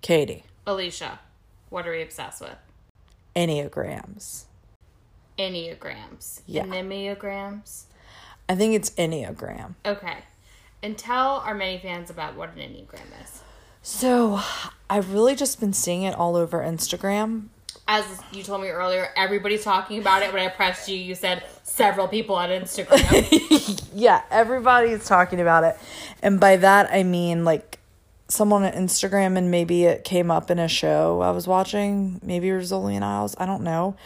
Katie. Alicia, what are we obsessed with? Enneagrams. Enneagrams. Yeah. Enneagrams. I think it's Enneagram. Okay. And tell our many fans about what an Enneagram is. So I've really just been seeing it all over Instagram. As you told me earlier, everybody's talking about it. When I pressed you, you said several people on Instagram. yeah, everybody's talking about it. And by that, I mean like someone on Instagram, and maybe it came up in a show I was watching, maybe Rizzoli and Isles, I don't know.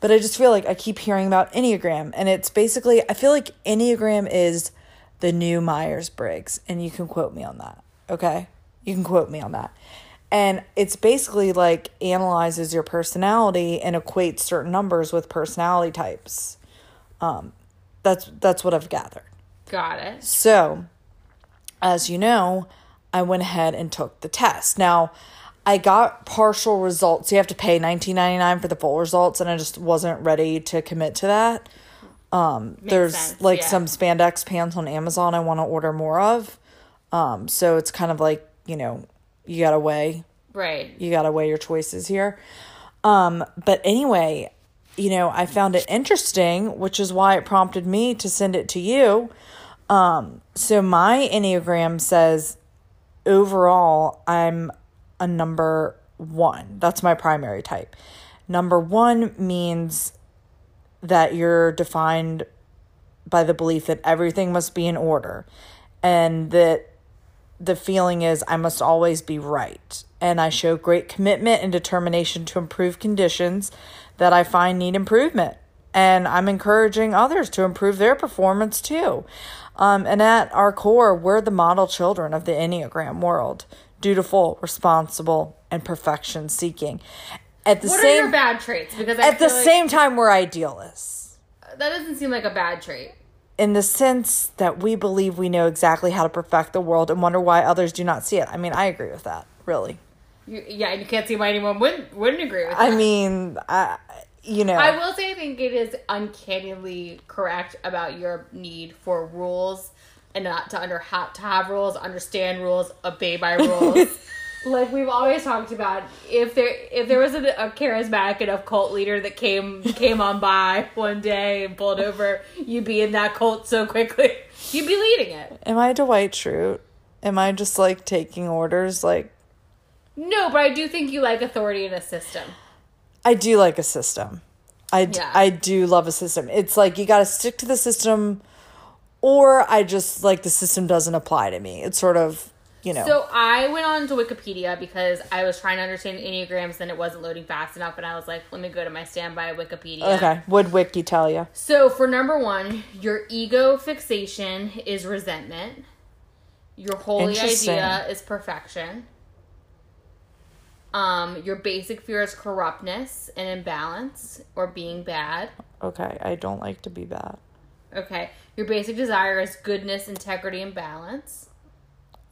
But I just feel like I keep hearing about Enneagram, and it's basically, I feel like Enneagram is the new Myers Briggs, and you can quote me on that, okay? You can quote me on that. And it's basically like analyzes your personality and equates certain numbers with personality types. Um, that's that's what I've gathered. Got it. So, as you know, I went ahead and took the test. Now, I got partial results. You have to pay nineteen ninety nine for the full results, and I just wasn't ready to commit to that. Um, there's sense, like yeah. some spandex pants on Amazon I want to order more of. Um, so it's kind of like you know you gotta weigh Right. you gotta weigh your choices here. Um, but anyway, you know, I found it interesting, which is why it prompted me to send it to you. Um, so my Enneagram says overall I'm a number one. That's my primary type. Number one means that you're defined by the belief that everything must be in order and that the feeling is I must always be right. And I show great commitment and determination to improve conditions that I find need improvement. And I'm encouraging others to improve their performance too. Um, and at our core, we're the model children of the Enneagram world dutiful, responsible, and perfection seeking. At the What are same your bad traits? Because I at the feel like same time we're idealists that doesn't seem like a bad trait. in the sense that we believe we know exactly how to perfect the world and wonder why others do not see it i mean i agree with that really You, yeah, and you can't see why anyone wouldn't wouldn't agree with that. i mean i you know I will say I think it is uncannily correct about your need for rules and not to under ha- to have rules, understand rules, obey by rules. like we've always talked about, if there if there was a, a charismatic enough cult leader that came came on by one day and pulled over, you'd be in that cult so quickly, you'd be leading it. am i dwight schrute am i just like taking orders like No, but I do think you like authority in a system. I do like a system. I, d- Yeah. I do love a system. It's like you got to stick to the system, or I just like the system doesn't apply to me. It's sort of, you know. So I went on to Wikipedia because I was trying to understand enneagrams and it wasn't loading fast enough, and I was like, let me go to my standby Wikipedia. okay. Would Wiki tell you? So for number one, your ego fixation is resentment. Your holy Interesting. idea is perfection. Um, your basic fear is corruptness and imbalance or being bad. Okay. I don't like to be bad. Okay. Your basic desire is goodness, integrity, and balance.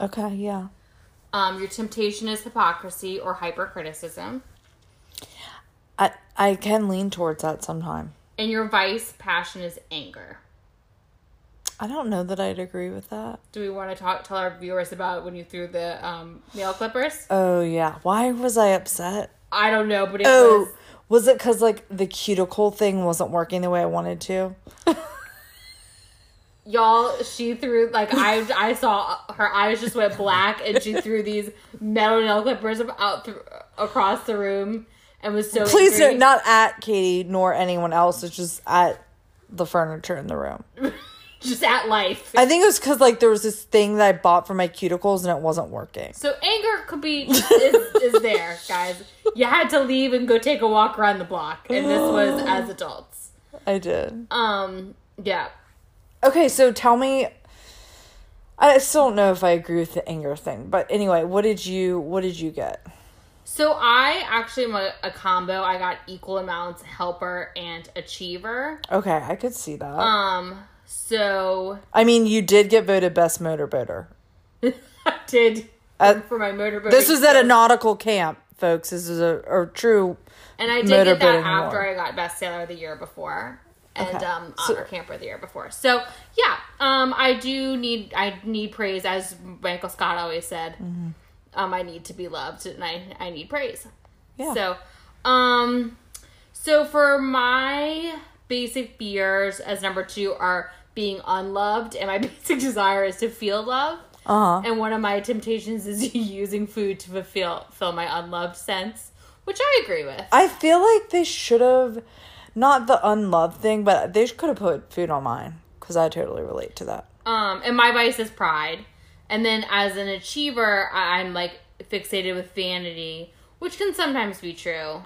Okay. Yeah. Um, your temptation is hypocrisy or hypercriticism. I, I can lean towards that sometime. And your vice passion is anger. I don't know that I'd agree with that. Do we want to talk tell our viewers about when you threw the um, nail clippers? Oh, yeah. Why was I upset? I don't know, but it Oh, was was it because like the cuticle thing wasn't working the way I wanted to? y'all. She threw like I I saw her eyes just went black, and she threw these metal nail clippers up- out th- across the room, and was so Please angry. don't, not at Katie nor anyone else. It's just at the furniture in the room. just at life. I think it was because like there was this thing that I bought for my cuticles and it wasn't working. So anger could be is, is there, guys. You had to leave and go take a walk around the block, and this was as adults. I did. Um, yeah. Okay, so tell me. I still don't know if I agree with the anger thing, but anyway, what did you what did you get? So I actually am a, a combo. I got equal amounts helper and achiever. Okay, I could see that. Um, so I mean, you did get voted best motorboater. I did Uh, for my motorboat. This was at a nautical camp, folks. This is a, a true. and I did motor get that boating after war. I got best sailor of the year before and Okay. um So- honor camper the year before. So Mm-hmm. yeah, um, I do need I need praise as Michael Scott always said. um, I need to be loved and I, I need praise. Yeah. So, um, so for my basic fears as number two are being unloved, and my basic desire is to feel love. Uh-huh. And one of my temptations is using food to fulfill fill my unloved sense, which I agree with. I feel like they should have, not the unloved thing, but they could have put food on mine because I totally relate to that. Um, and my vice is pride. And then as an achiever, I- I'm like fixated with vanity, which can sometimes be true.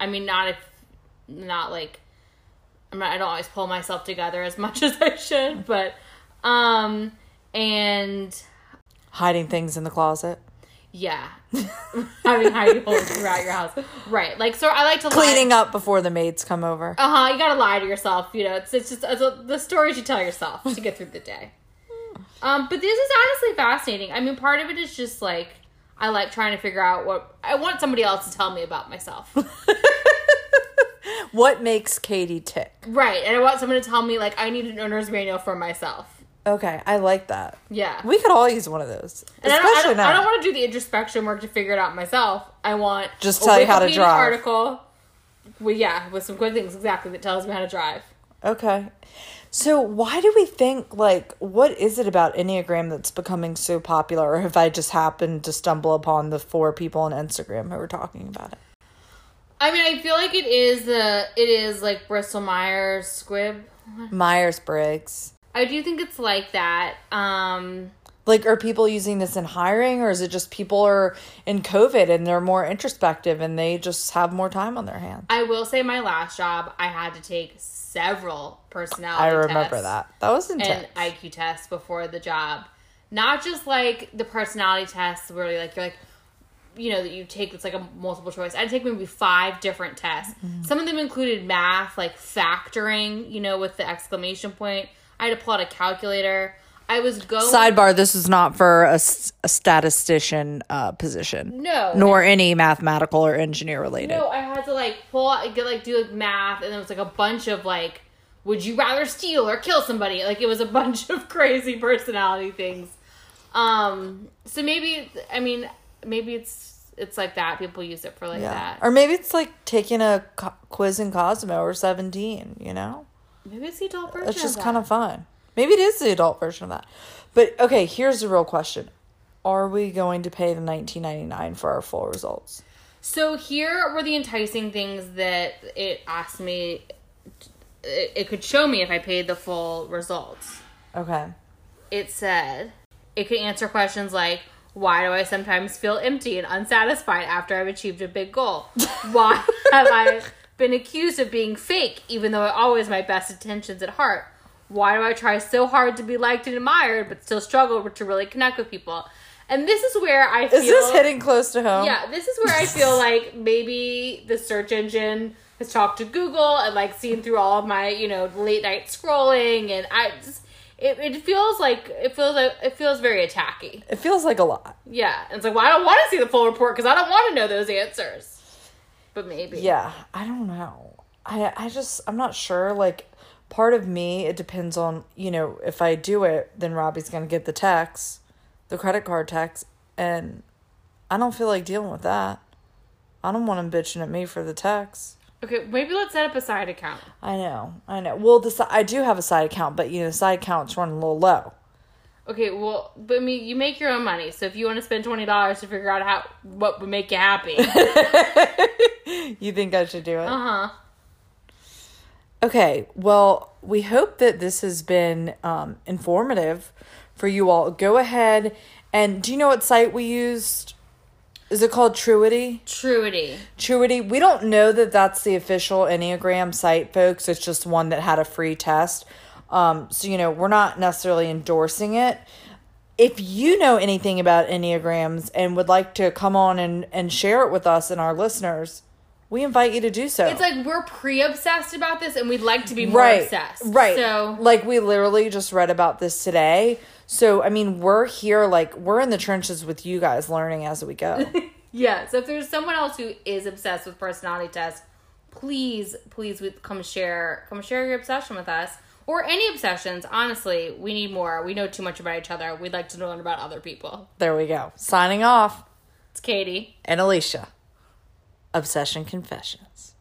I mean, not if, not like, I'm not. I don't always pull myself together as much as I should, but, um, and Hiding things in the closet, yeah, having hiding holes throughout your house, right? Like, so I like to lie- cleaning up before the maids come over. Uh huh. You gotta lie to yourself. You know, it's it's just it's a, the stories you tell yourself to get through the day. Um, but this is honestly fascinating. I mean, part of it is just like I like trying to figure out what I want somebody else to tell me about myself, What makes Katie tick? right? And I want someone to tell me like I need an owner's manual for myself. Okay, I like that. Yeah. We could all use one of those, and I especially don't, I don't, now. I don't want to do the introspection work to figure it out myself. I want Just a tell you how to Wikipedia drive. article. Well, yeah, with some quick things exactly that tells me how to drive. Okay. So why do we think like what is it about Enneagram that's becoming so popular or have I just happened to stumble upon the four people on Instagram who were talking about it? I mean, I feel like it is the it is like Bristol Myers Squibb Myers Briggs. I do think it's like that. Um Like are people using this in hiring or is it just people are in COVID and they're more introspective and they just have more time on their hands? I will say my last job I had to take several personality I remember tests that. That was and intense. IQ tests before the job. Not just like the personality tests where you're like you're like you know that you take it's like a multiple choice. I'd take maybe five different tests. Mm-hmm. Some of them included math, like factoring, you know, with the exclamation point. I had to pull out a calculator. I was going Sidebar, this is not for a, s- a statistician uh, position. no Nor any mathematical or engineer related. No, I had to like pull out, get like do like math, and it was like a bunch of like, would you rather steal or kill somebody? Like it was a bunch of crazy personality things. Um, so maybe I mean maybe it's it's like that. People use it for like Yeah. that. Or maybe it's like taking a co- quiz in Cosmo or 17, you know? Maybe it's the adult version. It's just of kind of fun. Maybe it is the adult version of that. But okay, here's the real question. Are we going to pay the 19.99 for our full results? So here were the enticing things that it asked me. It, it could show me if I paid the full results. Okay. it said it could answer questions like why do I sometimes feel empty and unsatisfied after I've achieved a big goal? Why have I been accused of being fake even though I always my best intentions at heart? Why do I try so hard to be liked and admired but still struggle to really connect with people? And this is where I feel Is this hitting close to home? yeah, this is where I feel like maybe the search engine has talked to Google and like seen through all of my, you know, late night scrolling and I just it, it feels like it feels like it feels very attacky. It feels like a lot. Yeah. And it's like, well, I don't want to see the full report because I don't want to know those answers. But maybe. Yeah. I don't know. I I just I'm not sure like part of me it depends on, you know, if I do it, then Robbie's going to get the tax, the credit card tax, and I don't feel like dealing with that. I don't want him bitching at me for the tax. Okay, maybe let's set up a side account. I know, I know. Well, the si- I do have a side account, but you know, the side account's running a little low. Okay, well, but I mean, you make your own money, so if you want to spend twenty dollars to figure out how what would make you happy, uh You think I should do it? huh. Okay. Well, we hope that this has been um, informative for you all. Go ahead and do you know what site we used? Is it called Truity? Truity. Truity. We don't know that that's the official Enneagram site, folks. It's just one that had a free test. Um, so, you know, we're not necessarily endorsing it. If you know anything about Enneagrams and would like to come on and, and share it with us and our listeners, we invite you to do so. It's like we're pre-obsessed about this, and we'd like to be more obsessed. Right. So like we literally just read about this today. So, I mean, we're here, like, we're in the trenches with you guys learning as we go. yeah. So if there's someone else who is obsessed with personality tests, please, please, we- come share, come share your obsession with us, or any obsessions. Honestly, we need more. We know too much about each other. We'd like to learn about other people. there we go. Signing off. Katie. and Alicia. Obsession Confessions.